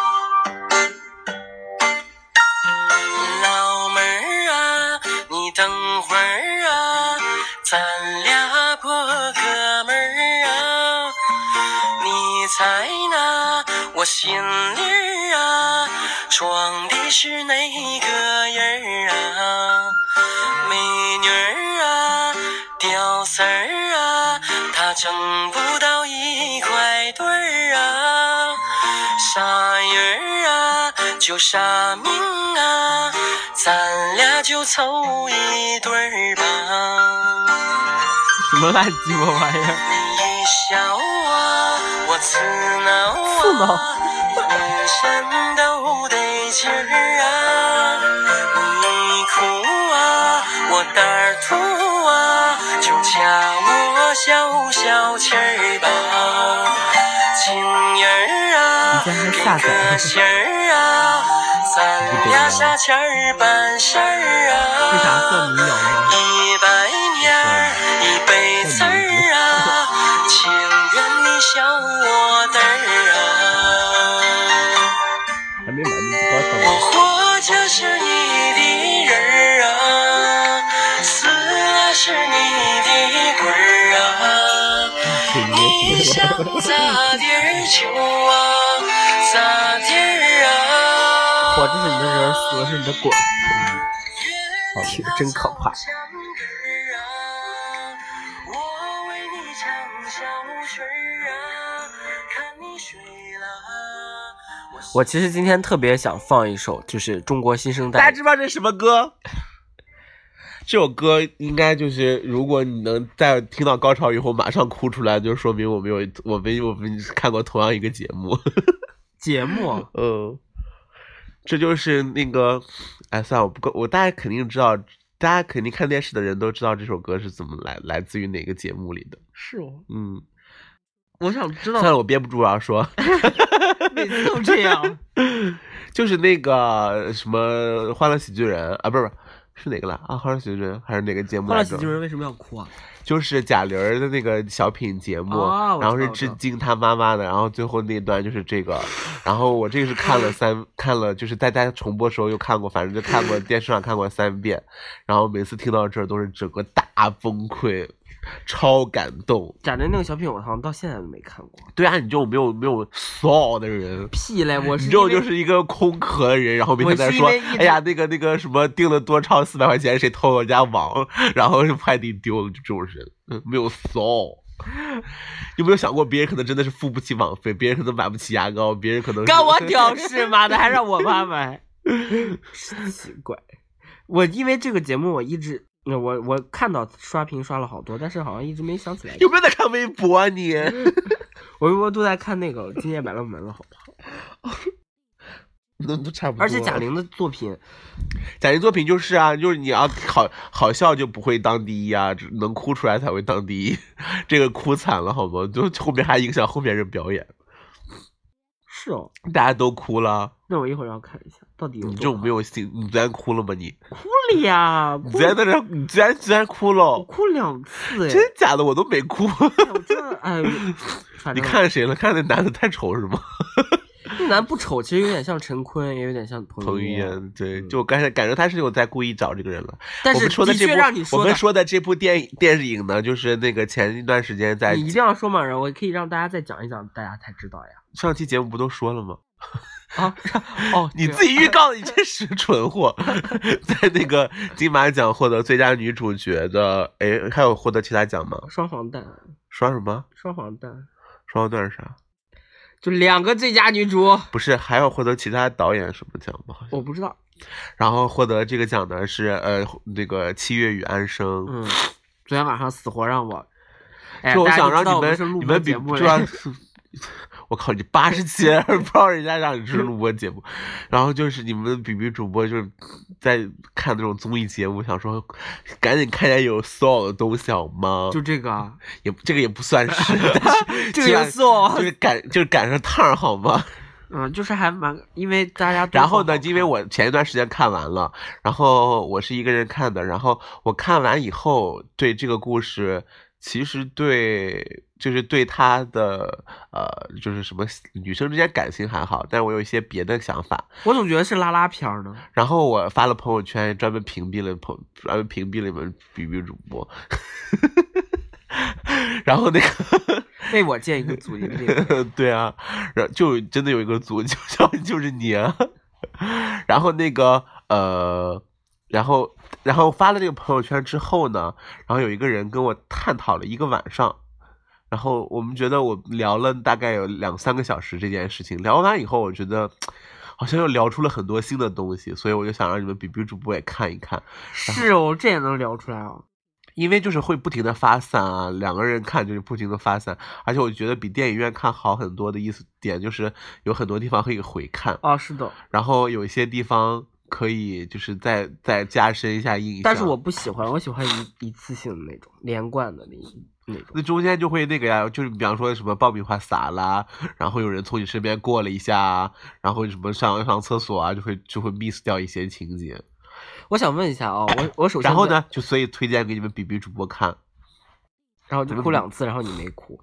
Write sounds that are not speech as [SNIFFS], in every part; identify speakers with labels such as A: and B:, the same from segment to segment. A: 啊啊在哪？我心里儿啊，装的是哪个人儿啊？美女儿啊，屌丝儿啊，他挣不到一块堆儿啊。傻人儿啊，就傻命啊，咱俩就凑一对儿吧。
B: 什么烂鸡巴玩
A: [LAUGHS]
B: 意儿？
A: 你笑我，我刺挠啊，
B: 刺挠
A: 浑身都得劲儿啊。你哭啊，我胆儿突啊，就加我消消气儿吧。情人儿啊，
B: 你这
A: 给
B: 还下载
A: 个信儿啊，咱俩下钱儿办事儿啊。
B: 为啥色迷摇呢？
A: 一百年儿，一辈子儿啊，情愿你笑我嘚儿啊，
C: 还没完呢，就高啊
A: 我
C: 潮了。
A: 活着是你的人儿啊，死了是你的鬼儿啊。
C: 挺牛逼
A: 你
C: 的
A: 想咋地儿就啊，咋地儿啊。
B: 活着是你的人，死了是你的鬼。
A: 好
B: 听哦真可怕。
A: 我为你唱小曲儿啊，看你睡了。啊
B: 我其实今天特别想放一首，就是中国新生
C: 大家
B: 代
C: 知不知道这是什么歌？这首歌应该就是，如果你能在听到高潮以后马上哭出来，就说明我们有我们我们看过同样一个节
B: [LAUGHS]
C: 目。
B: 节目。
C: 嗯，这就是那个，哎，算了，我不够，我大家肯定知道，大家肯定看电视的人都知道这首歌是怎么来，来自于哪个节目里的。
B: 是哦，
C: 嗯，
B: [LAUGHS] 我想知
C: 算了，我憋不住了，啊说，
B: 每次都这 [LAUGHS] 样。
C: 就是那个什么《欢乐喜剧人》啊，不是不是。是哪个了啊？《欢乐喜剧人》还是哪个节目
B: 欢乐
C: 来
B: 喜
C: 着？
B: 剧人为什么要哭啊？
C: 就是贾玲儿的那个小品节目，
B: 哦我知
C: 然后
B: 道
C: 是
B: 我知
C: 致
B: 道
C: 敬她妈妈的，然后最后那段就是这个，然后我这个是看了三 [LAUGHS] 看了，就是大家重播的时候又看过，反正就看过电视上看过三遍，然后每次听到这儿都是整个大崩溃，超感动。
B: 贾玲那个小品，我好像到现在都没看过。
C: 对啊，你这种没有没有素的人。
B: 屁嘞！我
C: 你
B: 是
C: 这种
B: 因
C: 就
B: 为
C: 是一个空壳的人，然后每天在那说
B: 我是因为一，直
C: 哎呀，那个那个什么订了多超四百块钱，谁偷了我家网，然后是快递丢了，就这种人，嗯没有骚。有没有想过，别人可能真的是付不起网费，别人可能买不起牙膏，别人可能是
B: 干我屌事，妈的还让我妈买， [LAUGHS] 奇怪。我因为这个节目，我一直我我看到刷屏刷了好多，但是好像一直没想起来
C: [LAUGHS] 。有没有在看微博、啊、你？
B: 我微博都在看那个《今夜百乐门》了，好不好？
C: 那都差不多。
B: 而且贾玲的作品，
C: 贾玲作品就是啊，就是你要好好笑就不会当第一啊，只能哭出来才会当第一。 [LAUGHS] 这个哭惨了好吗？就后面还影响后面人表演，
B: 是哦。
C: 大家都哭了。
B: 那我一会儿要看一下，到底有
C: 你这
B: 多
C: 种
B: 好
C: 没有心，你昨天哭了吗？你
B: 哭了呀？
C: 你
B: 哭
C: 昨天在这，你昨天昨天哭
B: 我
C: 了，
B: 哭两
C: [LAUGHS]
B: 次哎
C: 哦真假的我都没哭。
B: 哎，我真的
C: [LAUGHS]
B: 哎，反
C: 你
B: 正
C: 看谁了？看那男的太丑是
B: 嗯
C: 吗？
B: 那男不丑，其实有点像陈坤，也有点像彭
C: 彭于
B: 于晏，
C: 晏，对，
B: 嗯
C: 就感觉感觉他是有在故意找这个人了。
B: 但
C: 我
B: 是
C: 们说的
B: 的
C: 这
B: 确
C: 部，
B: 让你
C: 我
B: 的
C: 们说的这部电影电视影呢，就是那个前一段时间在
B: 你一定要说满人，我可以让大家再讲一讲，大家才知道呀。
C: 上期节目不都说了吗？
B: 啊，哦，
C: 你
B: 对
C: 自己预告的，你真是蠢货！ [LAUGHS] 在那个金马奖获得最佳女主角的，哎，还有获得其他奖吗？
B: 双黄蛋，
C: 双什么？
B: 双黄蛋，
C: 双段是啥？
B: 就两个最佳
C: [LAUGHS]
B: 女主，
C: 不是，还要获得其他导演什么奖吗？好像。
B: 我不知道。
C: 然后获得这个奖的是呃那个《七月与安生》。
B: 嗯，昨天晚上死活让我，哎，
C: 就我
B: 大家
C: 想
B: 都
C: 让
B: 知道
C: 你
B: 我
C: 们
B: 是录
C: 你
B: 播
C: 们比
B: 节目
C: 就
B: 了
C: 让， [LAUGHS] 我靠，你八十七不知道人家让你是录播节目，然后就是你们比比主播就是在看那种综艺节目，想说赶紧看点有 soul 的东西好吗？
B: 就这个啊，
C: 也这个也不算
B: [LAUGHS]
C: 是，但是
B: 这个
C: 起码
B: 元素哦
C: [LAUGHS] 就是赶就是赶上趟儿好吗？
B: [LAUGHS] 嗯，就是还蛮，因为大家都
C: 然后
B: 好
C: 呢，
B: 好
C: 因为
B: 看
C: 我前一段时间看完了，然后我是一个人看的，然后我看完以后对这个故事，其实对就是对他的呃就是什么女生之间感情还好，但是我有一些别的想法。
B: 我总觉得是拉拉片儿呢，
C: 然后我发了朋友圈，专门屏蔽了朋，专门 [LAUGHS] 屏蔽了你们比比主播。然后那个
B: [LAUGHS] 被我见一个组一个这
C: [LAUGHS]
B: 个，
C: 对啊，然后就真的有一个组，就叫就是你啊。然后那个呃，然后然后发了这个朋友圈之后呢，然后有一个人跟我探讨了一个晚上，然后我们觉得我聊了大概有两三个小时这件事情，聊完以后我觉得。好像又聊出了很多新的东西，所以我就想让你们比比主播也看一看，
B: 是哦，这也能聊出来哦。
C: 因为就是会不停的发散啊，两个人看就是不停的发散，而且我觉得比电影院看好很多的意思点就是有很多地方可以回看，
B: 啊，是的，
C: 然后有一些地方可以就是再再加深一下印象。
B: 但是我不喜欢，我喜欢一一次性的那种，连贯的那一那种。
C: 那中间就会那个呀，就是比方说什么爆米花撒啦，然后有人从你身边过了一下啊，然后什么上上厕所啊，就会就会 miss 掉一些情节。
B: 我想问一下啊、我我首先
C: 然后
B: 在，
C: 呢，就所以推荐给你们比比主播看。
B: 然后就哭两次，然后你没哭，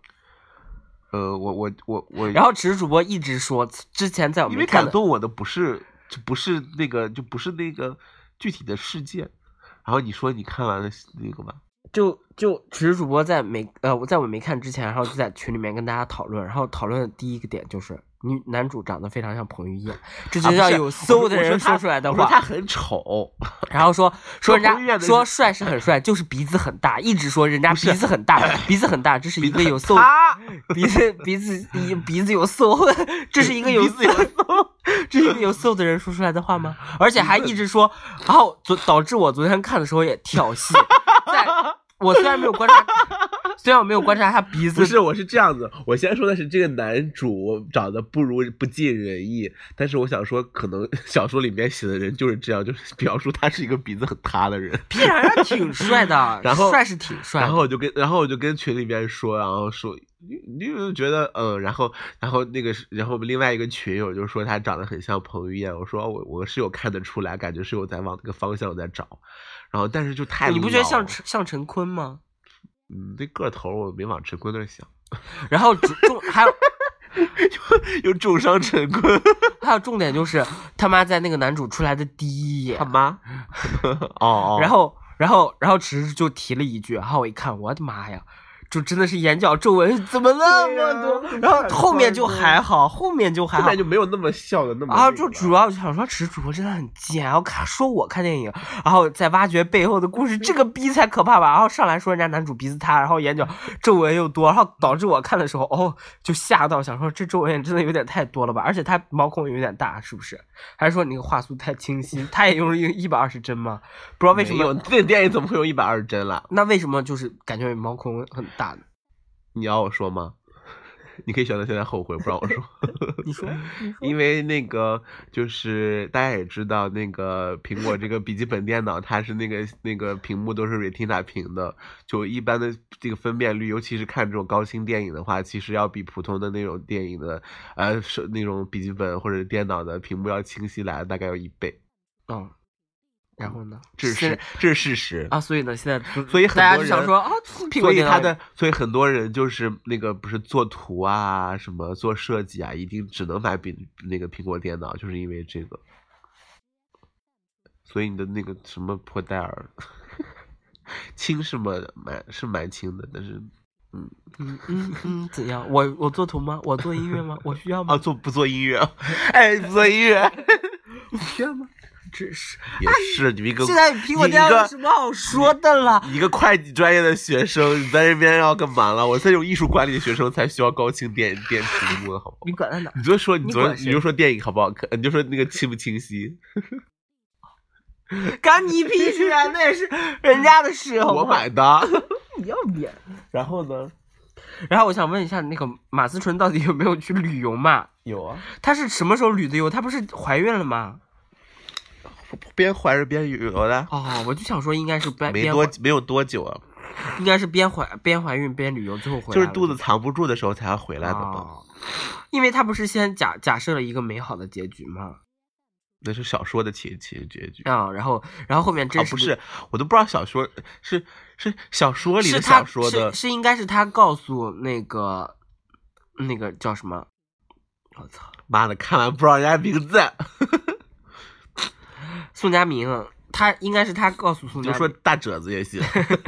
C: 呃，我我我我，
B: 然后只是主播一直说之前在我
C: 因
B: 们
C: 为
B: 啊看
C: 感
B: 的，
C: 动我的不是就不是那个就不是那个具体的事件。然后你说你看完了那个吧，
B: 就就只是主播在没呃我在我没看之前，然后就在群里面跟大家讨论，然后讨论的第一个点就是女男主长得非常像彭于晏，这就
C: 啊不
B: 叫
C: 是
B: 有
C: 我说
B: 馊的
C: 我
B: 人
C: 他
B: 出来的
C: 我说
B: 话。
C: 他很丑，
B: 然后说说人
C: 彭于晏
B: 家
C: 的
B: 说帅是很帅，就是鼻子很大，一直说
C: [LAUGHS]
B: 人家
C: 不是
B: 鼻子很大，鼻子很大，这是一个有馊
C: 他
B: 鼻子鼻子一鼻子有馊， [LAUGHS] 这是一个
C: [LAUGHS]
B: 有
C: 鼻子有
B: 馊， [LAUGHS] 这是一个有馊的人说出来的
C: [LAUGHS]
B: 话吗？而且还一直说，然后昨导致我昨天看的时候也跳
C: [LAUGHS]
B: 戏，在我虽然没有观察，虽然我没有观察他鼻子
C: 不，是，我是这样子，我先说的是这个男主长得不如不尽人意，但是我想说，可能小说里面写的人就是这样，就是表述他是一个鼻子很塌的人。
B: 屁然他挺帅
C: [LAUGHS]
B: 的，
C: 然后
B: 帅是挺帅的，
C: 然后我就跟，然后我就跟群里边说，然后说，你你就觉得，嗯，然后，然后那个是，然后我们另外一个群友就说他长得很像彭于晏，我说我我是有看得出来，感觉是有在往那个方向在找，然后但是就太
B: 你不觉得
C: 老
B: 像陈像陈坤吗？
C: 嗯那个头我没往陈坤那儿想， [LAUGHS]
B: 然后主重还有
C: 又重伤陈坤
B: 还有重点就是他妈在那个男主出来的第一眼
C: 他，妈， [LAUGHS] 哦哦，
B: [LAUGHS] 然后，然后，然后只是就提了一句，然后我一看，我的妈呀，就真的是眼角皱纹怎么那
C: 对
B: 么
C: 呀
B: 多？
C: 就
B: 然后
C: 看
B: 后面
C: 出
B: 就
C: 来
B: 还好，后面就还
C: 后
B: 好
C: 面。就没有那么笑的那么
B: 然后
C: 那
B: 就
C: 个
B: 主
C: 了
B: 要就想说，池主播真的很贱，然后看说我看电影，然后再挖掘背后的故事，这个逼才可怕吧？然后上来说人家男主鼻子塌，然后眼角皱纹又多，然后导致我看的时候，哦，就吓到，想说这皱纹也真的有点太多了吧？而且他毛孔有点大，是不是？还是说你那个画素太清晰？他也用一百二十帧吗？不知道为什
C: 没
B: 么
C: 有那电影怎么会有一百二十帧了？
B: 那为什么就是感觉毛孔很大呢？
C: 你要我说吗？ [LAUGHS] 你可以选择现在后悔，不让我说。
B: 你说，
C: 因为那个就是大家也知道，那个苹果这个笔记本电脑，它是那个那个屏幕都是 Retina 屏的，就一般的这个分辨率，尤其是看这种高清电影的话，其实要比普通的那种电影的呃是那种笔记本或者电脑的屏幕要清晰来大概有一倍，
B: 嗯，然后呢？
C: 这
B: 现
C: 是
B: 在
C: 这是事实
B: 啊，所以呢，现在
C: 所以很多
B: 大家就想
C: 人
B: 说啊，苹
C: 所
B: 果
C: 以
B: 电脑
C: 他的，所以很多人就是那个不是做图啊，什么做设计啊，一定只能买苹那个苹果电脑，就是因为这个。所以你的那个什么破戴尔， [LAUGHS] 轻是吗？蛮是蛮轻的，但是
B: 嗯嗯嗯，怎样？我我做图吗？我做音乐吗？我需要
C: 啊，
B: 吗？
C: 做不做音乐？哎，不做音乐
B: 需要吗？这是
C: 也是你一个
B: 现在苹果
C: 你一
B: 电脑有
C: 个
B: 什么好说的了？
C: 你一个会计专业的学生，你在这边要干嘛了？我这种艺术管理的学生才需要高清电电屏幕，好不好？
B: 你管他哪？
C: 你就说你
B: 你
C: 昨
B: 管
C: 你
B: 谁
C: 就说电影好不好看，你就说那个清不清晰。
B: 干你屁事啊！那也是人家的事， [LAUGHS] 好不
C: 我
B: 好
C: 买
B: [LAUGHS]
C: 的。
B: 你要脸。
C: 然后呢？
B: 然后我想问一下，那个马思纯到底有没有去旅游嘛？
C: 有啊，
B: 她是什么时候旅的游？她不是怀孕了吗？
C: 边怀着边旅游的，
B: 哦，我就想说应该是边
C: 没
B: 边
C: 多
B: 怀
C: 没有多久啊，
B: 应该是边怀边怀孕边旅游，最后回来
C: 就是
B: 了
C: 肚子藏不住的时候才要回来的嘛。
B: 哦因为他不是先假假设了一个美好的结局嘛，
C: 那是小说的结结结局啊，
B: 啊，然后然后后面真实、
C: 哦不是，我都不知道小说是是小说里
B: 是
C: 的
B: 他
C: 小说的
B: 是是应该是他告诉那个那个叫什么，我操，
C: 妈的，看完不知道人家名字。
B: 宋佳明他应该是他告诉宋
C: 你
B: 佳
C: 就
B: 明，
C: 说大褶子也
B: [LAUGHS]
C: 行，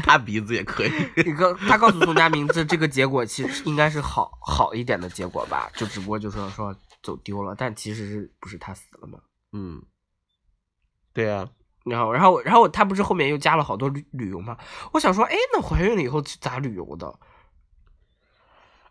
C: 大鼻子也可以。 [LAUGHS]
B: 你告他告诉宋佳明这这个结果其实应该是好好一点的结果吧，就只不过就是说说走丢了，但其实是不是他死了嘛？
C: 嗯，对啊呀、
B: 然后然后然后他不是后面又加了好多旅旅游嘛？我想说，哎，那怀孕了以后去咋旅游的？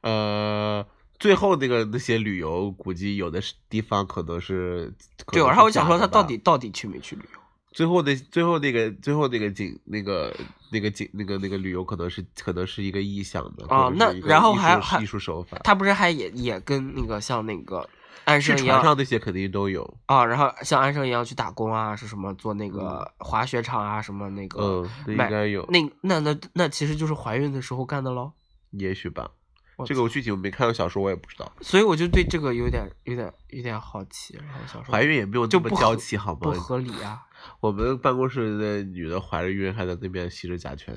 C: 呃，最后那个那些旅游，估计有的是地方可能是可
B: 对，啊
C: 能
B: 然后
C: 是
B: 我想
C: 假
B: 说
C: 的
B: 他到
C: 吧
B: 底到底去没去旅游？
C: 最后那最后那个最后那个景那个那个景那个那个旅游可能是可能是一个意向的
B: 啊
C: 或者是
B: 那
C: 一个
B: 然后
C: 艺术
B: 还还
C: 艺术手法，
B: 他不是还也也跟那个像那个安
C: 是
B: 生一
C: 船
B: 样
C: 上那些肯定都有，
B: 啊，然后像安生一样去打工啊，是什么做那个滑雪场啊，什么那个
C: 嗯，那应
B: 买
C: 该有，
B: 那那那那其实就是怀孕的时候干的喽。
C: 也许吧
B: 我。
C: 这个我具体我没看过小说，我也不知道。
B: 所以我就对这个有点、有点、有点好奇，然后想说
C: 怀孕也没有
B: 就
C: 这么
B: 不合
C: 娇气，好吗
B: 不？合理啊！
C: 我们办公室的女的怀着孕还在那边吸着甲醛，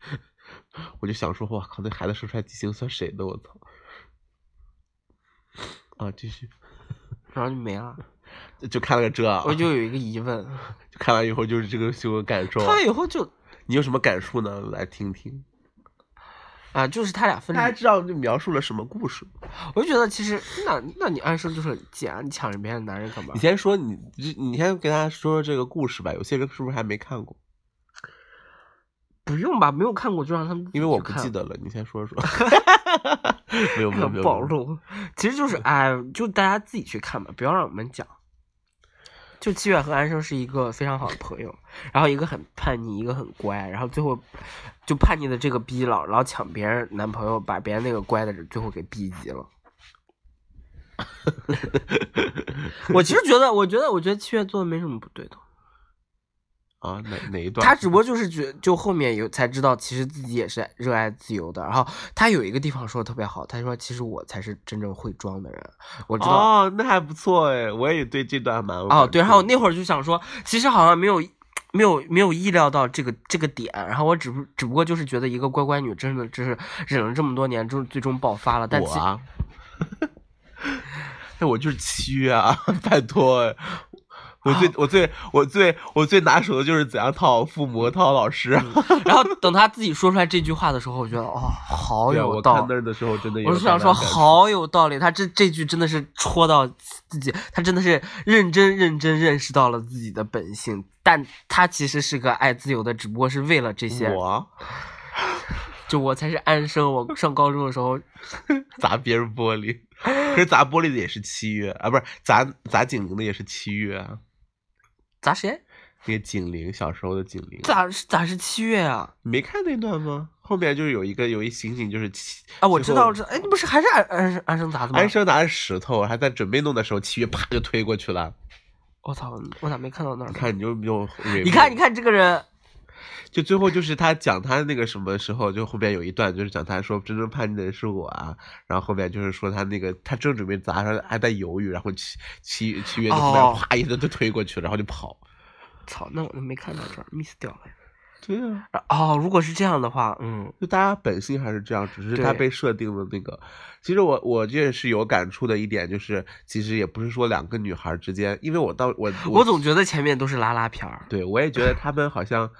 C: [LAUGHS] 我就想说，我靠，那孩子生出来畸形算谁的？我操！啊，继续，
B: 然后就没了，
C: 就看了个这啊，
B: 我就有一个疑问，
C: 就看完以后 [LAUGHS] 就是这个新闻感受啊。
B: 他以后就
C: 你有什么感触呢？来听听。
B: 啊，就是他俩分
C: 大家
B: 离，
C: 知道这描述了什么故事？
B: 我就觉得其实那那你按说就是姐啊，你抢着别人的男人干嘛
C: 你？先说你，你你先给大家说说这个故事吧。有些人是不是还没看过？
B: 不用吧，没有看过就让他们，
C: 因为我不记。得了，你先说
B: [LAUGHS]
C: 说。没有没有没有，嗯
B: 暴露，其实就是哎，就大家自己去看吧，不要让我们讲。就七月和安生是一个非常好的朋友，然后一个很叛逆，一个很乖，然后最后就叛逆的这个逼老老抢别人男朋友，把别人那个乖的人最后给逼急了。 [LAUGHS] 我其实觉得，我觉得，我觉得七月做的没什么不对的，
C: 啊，哪哪一段？
B: 他只不过就是觉，就后面有才知道，其实自己也是热爱自由的。然后他有一个地方说的特别好，他说其实我才是真正会装的人，我知道
C: 哦，那还不错哎，我也对这段蛮有感
B: 哦，
C: 触
B: 对，然后我那会儿就想说，其实好像没有没有没有意料到这个这个点，然后我只不只不过就是觉得一个乖乖女真的就是忍了这么多年，终最终爆发了，但
C: 我
B: 其
C: 啊，那我就是七月啊， [LAUGHS] 拜托哎。我最、我最我最我最拿手的就是怎样讨好父母、讨好老师啊。
B: [LAUGHS] 然后等她自己说出来这句话的时候，我觉得哦，好
C: 对啊
B: 有
C: 我
B: 道
C: 看
B: 理
C: 那。儿的时候真的有
B: 我是
C: 大
B: 想
C: 量
B: 说，
C: 感触
B: 好有道理，她这这句真的是戳到自己，她真的是认真认真认识到了自己的本性，但她其实是个爱自由的，只不过是为了这些，
C: 我
B: 就我才是安生。我上高中的时候
C: 砸别人玻璃， [LAUGHS] 可是砸玻璃的也是七月啊，不是砸砸警铃的也是七月啊。
B: 砸谁？
C: 那个警铃，小时候的警铃，
B: 咋是咋是七月啊？
C: 你没看那段吗？后面就是有一个有一刑警就是七
B: 啊，我
C: 最
B: 知道，
C: 后
B: 我知道。哎，不是还是安安生安生砸的吗？
C: 安，生拿着石头，还在准备弄的时候，七月啪就推过去了。
B: 我操，我咋没看到那儿
C: 你
B: 呢？
C: 看你就没
B: [LAUGHS]
C: 有 remember，
B: 你看，你看这个人，
C: 就最后就是他讲他那个什么时候，就后面有一段就是讲他说真正叛逆的人是我啊，然后后面就是说他那个他正准备砸，然后还在犹豫，然后七七七月就后
B: 哦
C: 面啪一下就推过去，然后就跑。
B: 操，那我就没看到这儿，miss 掉了。
C: 对啊，
B: 啊哦，如果是这样的话，嗯，
C: 就大家本性还是这样，只是他
B: 对
C: 被设定了那个。其实我我这也是有感触的一点，就是其实也不是说两个女孩之间，因为我到嗯我
B: 我总觉得前面都是拉拉片儿。
C: 对，我也觉得他们好像，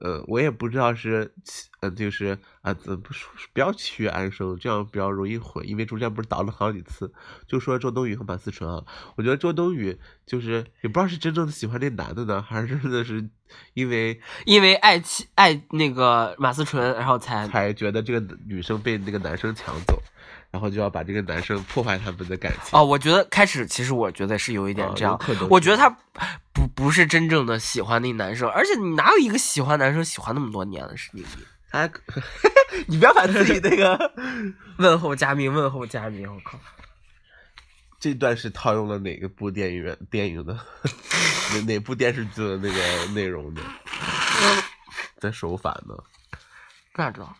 C: 呃，我也不知道是七，呃，就是啊，怎么说不要七月安生，这样比较容易混，因为中间不是倒了好几次。就说周冬雨和马思纯啊，我觉得周冬雨就是也不知道是真正的喜欢这男的呢，还是真的是因为
B: 因为爱妻爱那个马思纯，然后才
C: 才觉得这个女生被那个男生抢走，然后就要把这个男生破坏他们的感情。
B: 哦，我觉得开始其实我觉得是有一点
C: 啊
B: 这
C: 有
B: 样
C: 可能，
B: 我
C: 是
B: 觉得他不不是真正的喜欢那男生，而且你哪有一个喜欢男生喜欢那么多年的是你？
C: 他， [LAUGHS] 你不要把自己那个
B: [LAUGHS] 问候佳明，问候佳明，我靠！
C: 这段是套用了哪个部电影电影的哪哪部电视剧的那个内容的的手法呢？
B: 那知道？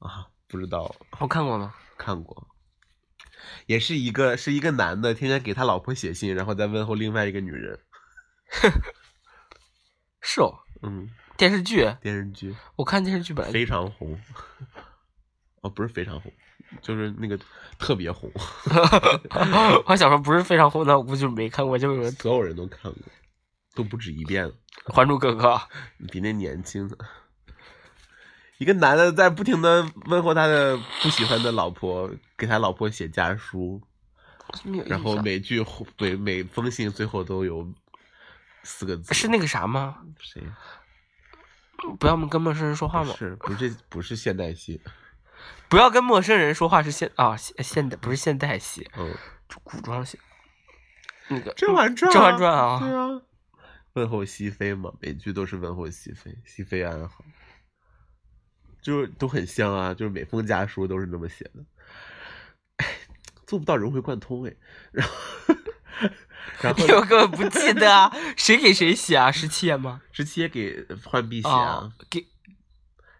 C: 啊，不知道
B: 我看过吗？
C: 看过，也是一个是一个男的天天给他老婆写信，然后再问候另外一个女人。
B: 是哦，
C: 嗯，
B: 电视剧，
C: 电视剧
B: 我看电视剧本来就
C: 非常红，哦，不是非常红，就是那个特别红，
B: [LAUGHS] 我还想说不是非常红的，我估计没看过，就有人
C: 所有人都看过。都不止一遍了，
B: 还珠格格》
C: 你比那年轻呢。一个男的在不停的问候他的不喜欢的老婆，给他老婆写家书，
B: 没有印象，
C: 然后每句后每每封信最后都有四个字，
B: 是那个啥吗？
C: 谁？
B: 不要跟陌生人说话
C: 不
B: 吗？
C: 是不是不是现代戏？
B: 不要跟陌生人说话是现啊、现现代不是现代戏，
C: 嗯，
B: 就古装戏。那 [LAUGHS] 个《
C: 甄嬛传》，
B: 甄嬛传》啊，
C: 对啊，问候熹妃嘛，每句都是问候熹妃，熹妃安好，就是都很像啊，就是每封家书都是那么写的，哎，做不到融会贯通哎，然后然后
B: 因为我根本不记得啊，谁给谁写啊？十七爷吗？
C: 直接给浣碧写
B: 啊
C: 啊，，
B: 给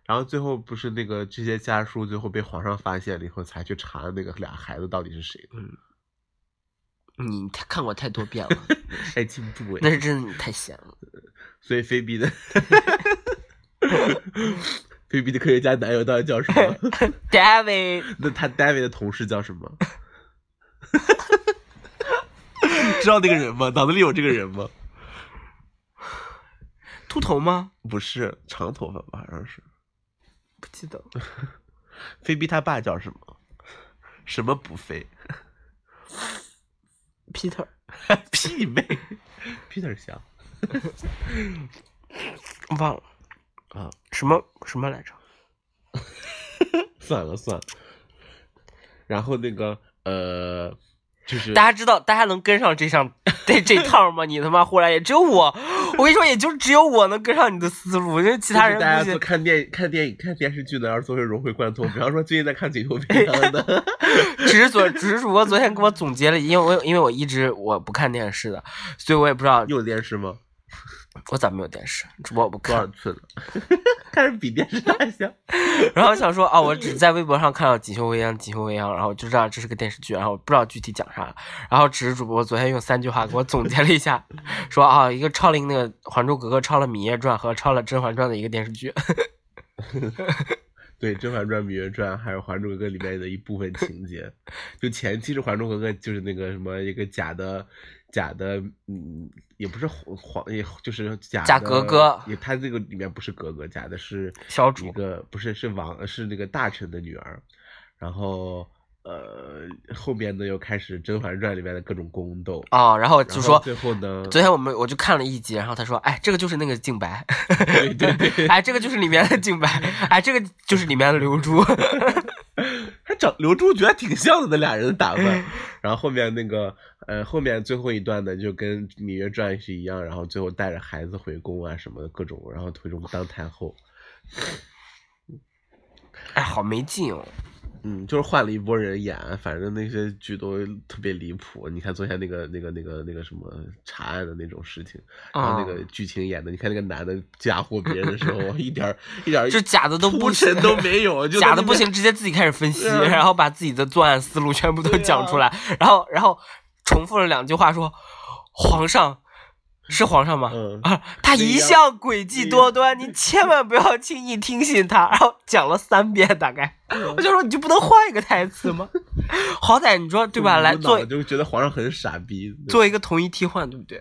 C: 然后最后不是那个这些家书最后被皇上发现了以后，才去查那个俩孩子到底是谁的，
B: 你太嗯看过太多遍了， [LAUGHS]
C: 哎，记不住
B: 那
C: 哎，
B: 是真的你太闲了。
C: 所以菲比的 [LAUGHS] 菲比的科学家男友到底叫什么？
B: David，
C: [LAUGHS] 那他 David 的同事叫什
B: [LAUGHS]
C: 么？知道那个人吗？脑子里有这个人吗？
B: 秃头吗？
C: 不是，长头发吧，好像是。
B: 不记得了。
C: 菲比他爸叫什么？什么不菲？ [LAUGHS]
B: Peter，
C: 屁妹，Peter 香
B: 忘了
C: 啊！
B: 什么什么来着？
C: 算了算了。然后那个呃，就是
B: 大家知道，大家能跟上这上 [LAUGHS] 这这趟吗？你他妈忽然也只有我，我跟你说，也就只有我能跟上你的思路，因为其他
C: 就是
B: 人
C: 大家
B: 不
C: 都
B: 行。
C: 看电看电影、看电视剧呢，要是都会融会贯
B: [LAUGHS]
C: 通。比方说最近在看《锦绣未央》的， [LAUGHS]
B: 只是昨只是主播昨天给我总结了，因为我因为我一直我不看电视的，所以我也不知道
C: 你有电视吗？
B: 我咋没有电视，主播我不
C: 多少
B: 看。
C: 寸了？ [LAUGHS] 开始比电视大小。
B: 然后想说啊，我只在微博上看到《锦绣未央》，《锦绣未央》，然后就知道这是个电视剧，然后不知道具体讲啥。然后只是主播昨天用三句话给我总结了一下，说啊，一个抄了那个《还珠格格》，抄了《芈月传》和抄了《甄嬛传》的一个电视剧。
C: 对《甄嬛传》《芈月传》还有《还珠格格》里面的一部分情
B: [LAUGHS]
C: 节，就前期是《还珠格格》，就是那个什么一个假的假的，嗯，也不是皇皇，也就是假
B: 假
C: 的
B: 格格
C: 也他这个里面不是格格，假的是
B: 小
C: 一
B: 主
C: 个不是是王是那个大臣的女儿，然后呃后面呢又开始《甄嬛传》里面的各种宫斗，
B: 哦，然后
C: 然
B: 就
C: 后
B: 说
C: 最后呢，
B: 昨天我们我就看了一集，然后他说，哎，这个就是那个静白， [LAUGHS]
C: 对对对，
B: 哎，这个就是里面的静白， [LAUGHS] 哎，这个就是里面的流珠， [LAUGHS]
C: [LAUGHS] 还长刘珠觉得挺像的那俩人的打扮，然后后面那个呃后面最后一段呢就跟《芈月传》是一样，然后最后带着孩子回宫啊什么的各种，然后回宫当太后，
B: 哎，好没劲哦。
C: 嗯，就是换了一波人演，啊反正那些剧都特别离谱。你看昨天那个那个那个那个什么查案的那种事情，然后那
B: 啊
C: 个剧情演的，你看那个男的嫁祸别人的时候，一点儿一点儿
B: 就假的都不
C: 铺陈都没有，就在
B: 假
C: 那
B: 的不
C: 边
B: 行，直接自己开始分析，
C: 对啊
B: 然后把自己的作案思路全部都
C: 对啊
B: 讲出来，然后然后重复了两句话说，皇上。是皇上吗？
C: 嗯
B: 啊，他一向诡计多端，你千万不要轻易听信他。然后讲了三遍，大概，
C: 嗯
B: 我就说你就不能换一个台词吗？ [LAUGHS] 好歹你 [LAUGHS] 说对吧？
C: 无
B: 来
C: 脑
B: 做
C: 就觉得皇上很傻逼，对
B: 做一个同一替换，对不对？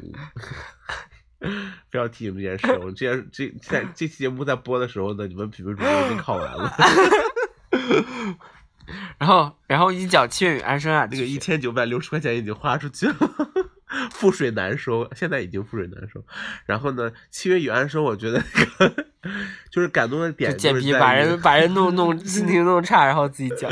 C: 嗯不要提你们这件
B: [LAUGHS]
C: 事，我们这件这在这期节目在播的时候呢，你们评论主播已经考
B: [LAUGHS]
C: 完了，
B: 然后然后一讲七月与安生啊，
C: 那
B: 那
C: 个一千九百六十块钱已经花出去了， [LAUGHS] 覆水难收，现在已经覆水难收。然后呢，七月与安生，我觉得 [LAUGHS] 就是感动的点
B: 就贱
C: 就是
B: 逼
C: 在
B: 把
C: 于
B: 人把人
C: [LAUGHS]
B: 弄弄心情弄差，然后自己讲，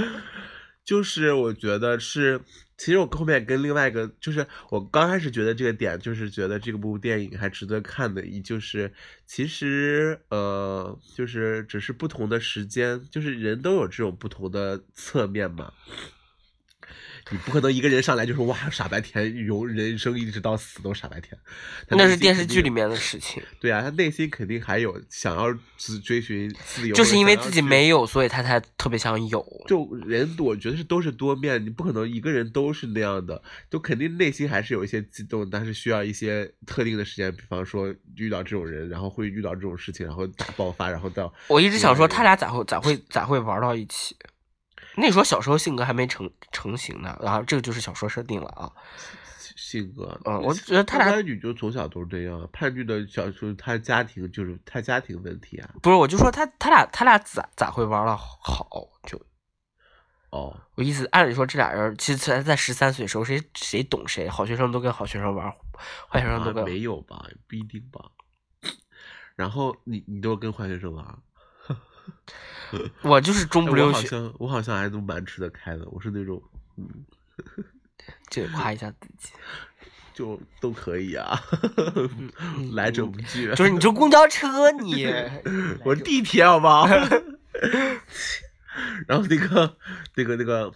C: 就是我觉得是，其实我后面跟另外一个，就是我刚开始觉得这个点，就是觉得这部电影还值得看的，一就是其实呃，就是只是不同的时间，就是人都有这种不同的侧面嘛。你不可能一个人上来就说哇傻白甜，由人生一直到死都傻白甜。他内
B: 那是
C: 心
B: 电视
C: 肯定
B: 剧里
C: 有。
B: 面的事情。
C: 对啊，他内心肯定还有想要自追寻自由，
B: 就
C: 或
B: 是
C: 者
B: 因为
C: 想要
B: 自己
C: 去
B: 没有，所以他才特别想有。
C: 就人，我觉得是都是多面，你不可能一个人都是那样的，就肯定内心还是有一些激动，但是需要一些特定的时间，比方说遇到这种人，然后会遇到这种事情，然后大爆发，然后到
B: 我一直想说，他俩咋会咋会咋会玩到一起？那时候小时候性格还没成成型呢，然后这个就是小说设定了啊。
C: 其性格。
B: 嗯，我觉得他俩
C: 叛女就从小都是这样，叛女的小时候他家庭就是他家庭问题啊。
B: 不是，我就说他他俩他俩咋咋会玩的好？就
C: 哦，
B: 我意思，按理说这俩人其实在在十三岁的时候，谁谁懂谁？好学生都跟好学生玩，坏学生都
C: 啊
B: 跟、
C: 没有吧，不一定吧。然后你你都跟坏学生玩儿？
B: 我就是中
C: 哎
B: 不溜
C: 我好
B: 雪。
C: 像我好像还都蛮吃得开的，我是那种嗯，
B: 这得夸一下自
C: [LAUGHS]
B: 己，
C: 就都可以啊， [LAUGHS] 来者不拒。
B: 嗯
C: 啊
B: 就是你坐公交车你，
C: [LAUGHS] 我是地铁好不好？ [LAUGHS] 然后那个那个那个，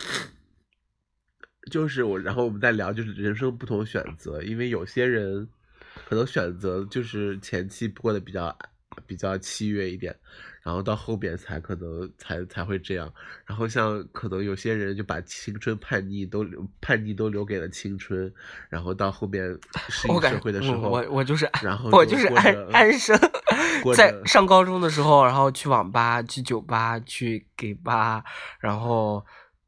C: 就是我，然后我们再聊，就是人生不同选择，因为有些人可能选择就是前期过得比较比较契约一点，然后到后边才可能才才会这样，然后像可能有些人就把青春叛逆都留叛逆都留给了青春，然后到后边适
B: 我
C: 应
B: 感
C: 社
B: 觉
C: 会的时
B: 我
C: 候，
B: 我我就是安
C: 然后
B: 我
C: 哦就
B: 就是
C: 过
B: 安
C: 着
B: 安生
C: 过，
B: [LAUGHS] 在
C: 着
B: 上高中的时候，然后去网吧、去酒吧、去 gay 吧，然后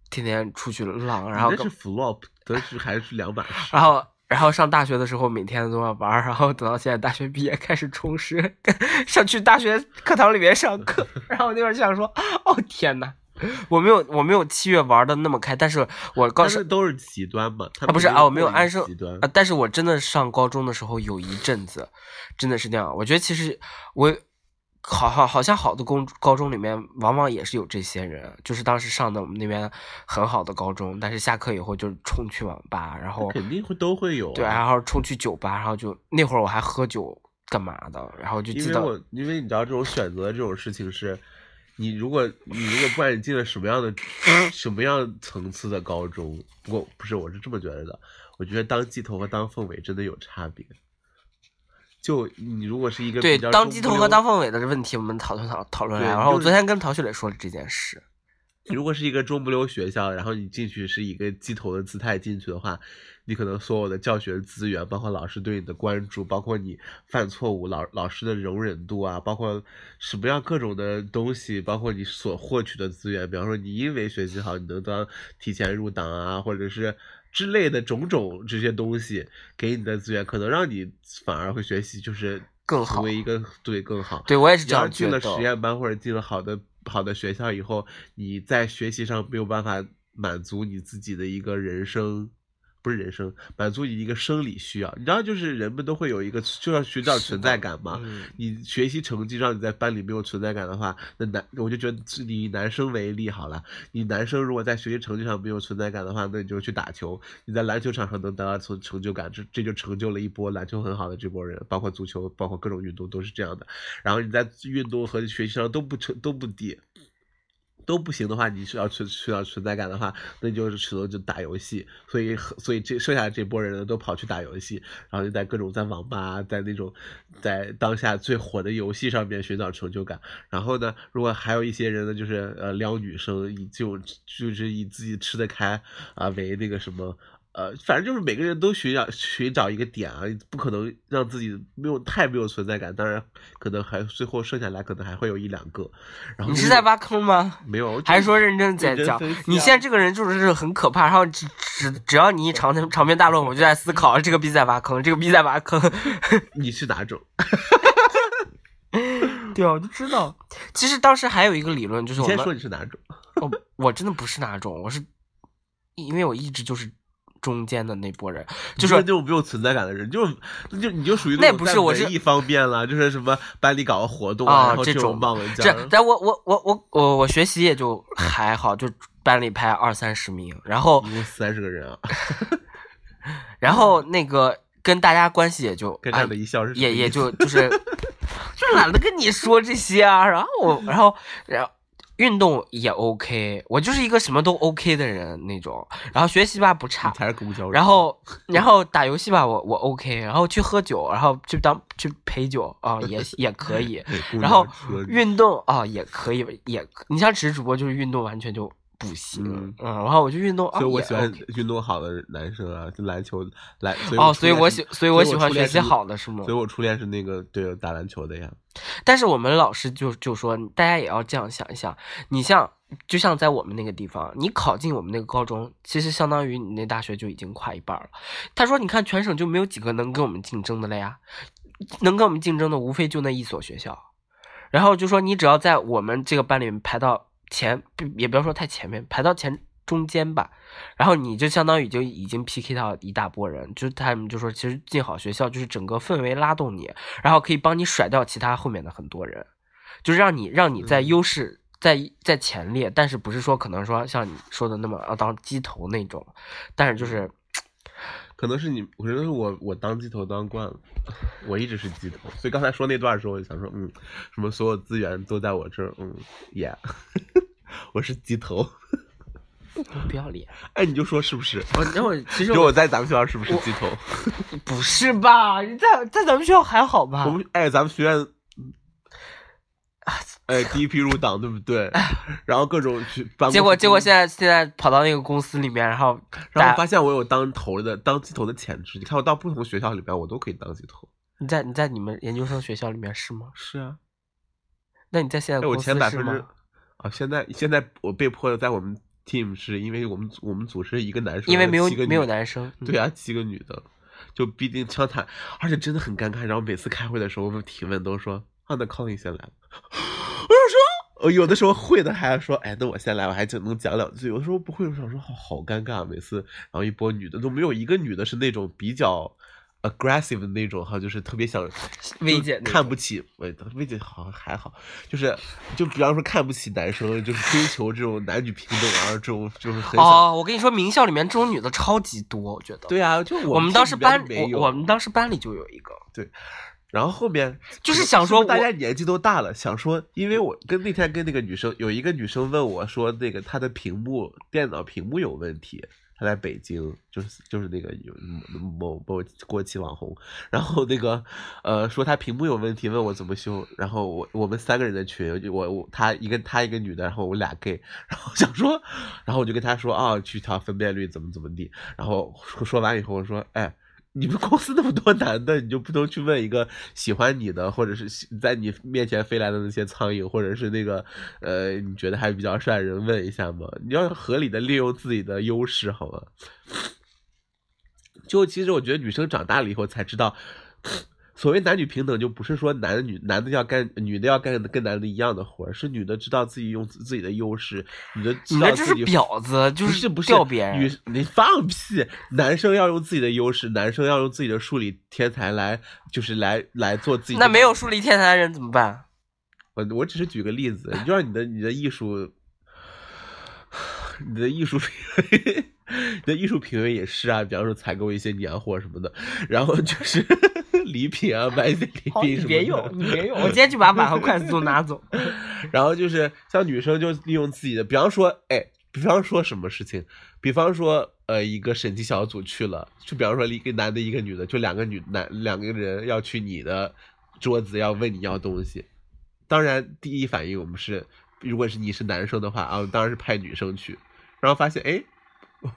B: 天天出去浪，然后
C: 你那
B: 跟啊
C: 是 flop，但是还是两码事。
B: 然后然后上大学的时候每天都要玩儿，然后等到现在大学毕业开始充实，上去大学课堂里面上课，
C: [LAUGHS]
B: 然后我那边就想说，哦天呐，我没有我没有七月玩的那么开，但是我高
C: 但
B: 上
C: 是都是极端嘛？他
B: 啊，不是啊，我没有安生
C: 极端
B: 啊，但是我真的上高中的时候有一阵子，真的是那样。我觉得其实我好好好像好的公高中里面，往往也是有这些人，就是当时上的我们那边很好的高中，但是下课以后就冲去网吧，然后
C: 肯定会都会有、啊。
B: 对，然后冲去酒吧，然后就那会儿我还喝酒干嘛的，然后就
C: 因
B: 记
C: 为
B: 得
C: 我因为你知道这种选择这种事情是，你如果你如果不管你进了什么样的什么样层次的高中，不过不是我是这么觉得的，我觉得当鸡头和当凤尾真的有差别。就你如果是一个
B: 对
C: 比较
B: 当
C: 中
B: 鸡
C: 不
B: 头和
C: 溜
B: 当凤尾的问题，我们讨论讨讨论啊
C: 对
B: 来。然后我
C: 就是
B: 昨天跟陶旭磊说了这件事，
C: 如果是一个中不溜学校，然后你进去是一个鸡头的姿态进去的话，你可能所有的教学资源，包括老师对你的关注，包括你犯错误老老师的容忍度啊，包括什么样各种的东西，包括你所获取的资源，比方说你因为学习好，你能当提前入党啊，或者是之类的种种这些东西给你的资源，可能让你反而会学习就是
B: 更好
C: 成为一个对更好。
B: 对我也是
C: 你
B: 这
C: 要
B: 样
C: 进
B: 觉
C: 了
B: 得。
C: 实验班或者进了好的好的学校以后，你在学习上没有办法满足你自己的一个人生，不是人生，满足你一个生理需要。你知道，就是人们都会有一个就要寻找存在感嘛。
B: 嗯
C: 你学习成绩让你在班里没有存在感的话，那男我就觉得是你以男生为例好了，你男生如果在学习成绩上没有存在感的话，那你就去打球，你在篮球场上能得到成成就感，这这就成就了一波篮球很好的这波人，包括足球，包括各种运动都是这样的。然后你在运动和学习上都不成都不低，都不行的话，你是要存寻找存在感的话，那就是只能就打游戏。所以很所以这剩下的这波人呢，都跑去打游戏，然后就在各种在网吧，在那种在当下最火的游戏上面寻找成就感。然后呢，如果还有一些人呢，就是呃撩女生，以就就是以自己吃得开啊、为那个什么。呃，反正就是每个人都寻找寻找一个点啊，不可能让自己没有太没有存在感。当然，可能还最后剩下来可能还会有一两个。然后
B: 你
C: 就是
B: 在挖坑吗？
C: 没有，
B: 还
C: 就是
B: 说认真在
C: 认真
B: 讲
C: 分析啊？
B: 你现在这个人就是很可怕，然后只只只要你一长篇长篇大论，我就在思考这个逼在挖坑，这个逼在挖坑。 [LAUGHS]
C: 你是哪种？
B: 对啊，我就知道。其实当时还有一个理论，就是
C: 你
B: 我
C: 先说
B: 们
C: 你是哪种？
B: 我我真的不是那种，我是因为我一直就是中间的那波人，就是
C: 你那种没有存在感的人，就是那就你就属于
B: 那
C: 种
B: 不
C: 在
B: 是我
C: 文
B: 是
C: 艺方面了，就是什么班里搞个活动
B: 啊
C: 然后
B: 这
C: 这
B: 种
C: 种望文 [LAUGHS]
B: 这
C: 家，，
B: 但我我我我我我学习也就还好，就班里排二三十名，然后
C: 一共三十个人啊，
B: 然后那个跟大家关系也就
C: 跟
B: 啊
C: 这样的一笑是什么
B: 也也
C: 意思 [LAUGHS]
B: 就就是 [LAUGHS] 就懒得跟你说这些啊。然后我然后然后运动也 OK，我就是一个什么都 OK 的人那种。然后学习吧不
C: 你
B: 差，
C: 才是公交人，
B: 然后然后打游戏吧我我 OK，然后去喝酒，然后去当去陪酒啊、
C: [LAUGHS]
B: 也也可以。哦
C: 对公
B: 然
C: 交
B: 后
C: 车
B: 运动啊、也可以，也你像只是主播就是运动完全就不行，
C: 嗯
B: 然后我去运动，啊
C: 所以我
B: 也
C: 喜欢
B: OK
C: 运动好的男生啊，就篮球篮。
B: 哦，
C: 我
B: 所以
C: 初
B: 我
C: 恋是
B: 喜，所以
C: 我
B: 我喜欢
C: 初
B: 学
C: 恋
B: 习
C: 是
B: 好的是吗
C: 所？以我初恋是那个对打篮球的呀。
B: 但是我们老师就就说，大家也要这样想一想，你像就像在我们那个地方，你考进我们那个高中，其实相当于你那大学就已经跨一半了。他说，你看全省就没有几个能跟我们竞争的了呀，能跟我们竞争的无非就那一所学校。然后就说你只要在我们这个班里面排到前，不也不要说太前面，排到前中间吧，然后你就相当于就已经 PK 到一大波人，就是他们就说其实进好学校就是整个氛围拉动你，然后可以帮你甩掉其他后面的很多人，就是让你让你在
C: 嗯
B: 优势。在在前列，但是不是说可能说像你说的那么要当鸡头那种，但是
C: 嗯
B: 就是
C: 可能是你，我觉得是我我当鸡头当惯了，我一直是鸡头，所以刚才说那段的时候，我就想说，嗯，什么所有资源都在我这儿，嗯，yeah，我是鸡头，
B: 不要脸。
C: 哎，你就说是不是？
B: 我那会儿其实
C: 就我
B: 我
C: 在咱们学校是不是鸡头？
B: 不是吧？你在在咱们学校还好吧？
C: 我们哎，咱们学院，
B: 啊
C: 哎，第一批入党对不对？然后各种去办公室
B: 结果结果现
C: 在，
B: 在现在跑到那个公司里面，然后
C: 然
B: 大
C: 后发现我有当头的当鸡头的潜质。你看我到不同学校里边，我都可以当鸡头。
B: 你在你在你们研究生学校里面是吗？
C: 是啊，
B: 那你在现在
C: 哎，我
B: 公司
C: 前百
B: 是
C: 分之
B: 吗？
C: 啊，现在现在我被迫的在我们 team 是因为我们组我们组是一个男生，
B: 因为没有
C: 七个女
B: 没有男生，嗯
C: 对啊，七个女的，就必定枪谈，而且真的很尴尬。然后每次开会的时候，我们提问都说啊，那 Colin 先来吧， [LAUGHS] 我就说，呃我有的时候会的还要说，哎，那我先来，我还就能讲两句。有的时候不会，我想说好好尴尬。每次然后一波女的都没有一个女的是那种比较 aggressive 的那种哈，就是特别想
B: 薇
C: 就
B: 姐那
C: 看
B: 种
C: 不起，薇薇姐好像还好，就是就比方说看不起男生，就是追求这种男女平等啊，这种就是很想。
B: 哦，我跟你说，名校里面这种女的超级多，我觉得。
C: 对啊，就我
B: 我们当时
C: 这里边
B: 班，
C: 没有
B: 我我们当时班里就有一个，
C: 然后后面
B: 就是
C: 可能
B: 想
C: 是不是
B: 说
C: 大
B: 我
C: 家年纪都大了，想说，因为我跟那天跟那个女生有一个女生问我说，那个她的屏幕电脑屏幕有问题，她在北京，就是就是那个有某某某国企网红，然后那个呃说她屏幕有问题，问我怎么修，然后我我们三个人的群，就我我她一个她一个女的，然后我俩 gay，然后想说，然后我就跟她说啊，去调分辨率怎么怎么地，然后说说完以后我说，哎。你们公司那么多男的，你就不能去问一个喜欢你的，或者是喜在你面前飞来的那些苍蝇，或者是那个呃，你觉得还比较帅的人问一下吗？你要合理的利用自己的优势，好吗？就其实我觉得女生长大了以后才知道，所谓男女平等，就不是说男女男的要干女的要干跟男的一样的活儿，是女的知道自己用自自己的优势，女的知
B: 你
C: 道
B: 那就
C: 自
B: 是
C: 己
B: 婊子，就
C: 不是不是
B: 吊别人。
C: 女，你放屁！男生要用自己的优势，男生要用自己的数理天才来，就是来来做自己的。
B: 那没有数理天才的人怎么办？
C: 我我只是举个例子，你就让你的你的艺术，你的艺术品味，你的艺术品味也是啊，比方说采购一些年货什么的，然后就是礼品啊，买一些礼
B: 好，
C: 品
B: 你
C: 什么的。[LAUGHS]
B: 别用，你别用，我今天就把马和筷子都拿 [LAUGHS] 走。
C: 然后就是像女生就利用自己的，比方说，哎，比方说什么事情，比方说，呃，一个审计小组去了，就比方说一个男的，一个女的，就两个女男两个人要去你的桌子要问你要东西，当然第一反应我们是，如果是你是男生的话啊，当然是派女生去，然后发现哎。诶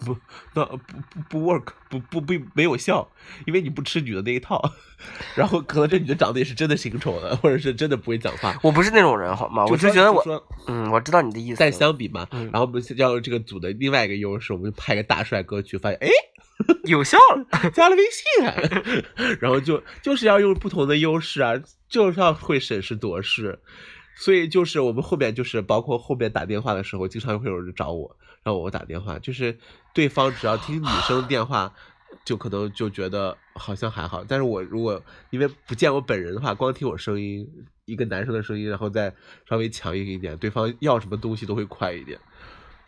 C: 不，那不不不 work，不不不没有效，因为你不吃女的那一套， [LAUGHS] 然后可能这女的长得也是真的性丑的，或者是真的不会讲话，
B: 我不是那种人，好吗？我
C: 就说
B: 就觉得
C: 就
B: 我，
C: 说
B: 嗯，我知道你的意思
C: 但
B: 了。
C: 相比嘛，
B: 嗯
C: 然后我们要用这个组的另外一个优势，我们就派个大帅哥去，发现哎，
B: 有效
C: [LAUGHS]
B: 了。
C: 加了微信、啊， [LAUGHS] 然后就就是要用不同的优势啊，就是要会审时度势。所以就是我们后面就是包括后面打电话的时候，经常会有人找我，让我打电话，就是对方只要听女生电 [LAUGHS] 话，就可能就觉得好像还好。但是我如果因为不见我本人的话，光听我声音，一个男生的声音，然后再稍微强硬一点，对方要什么东西都会快一点。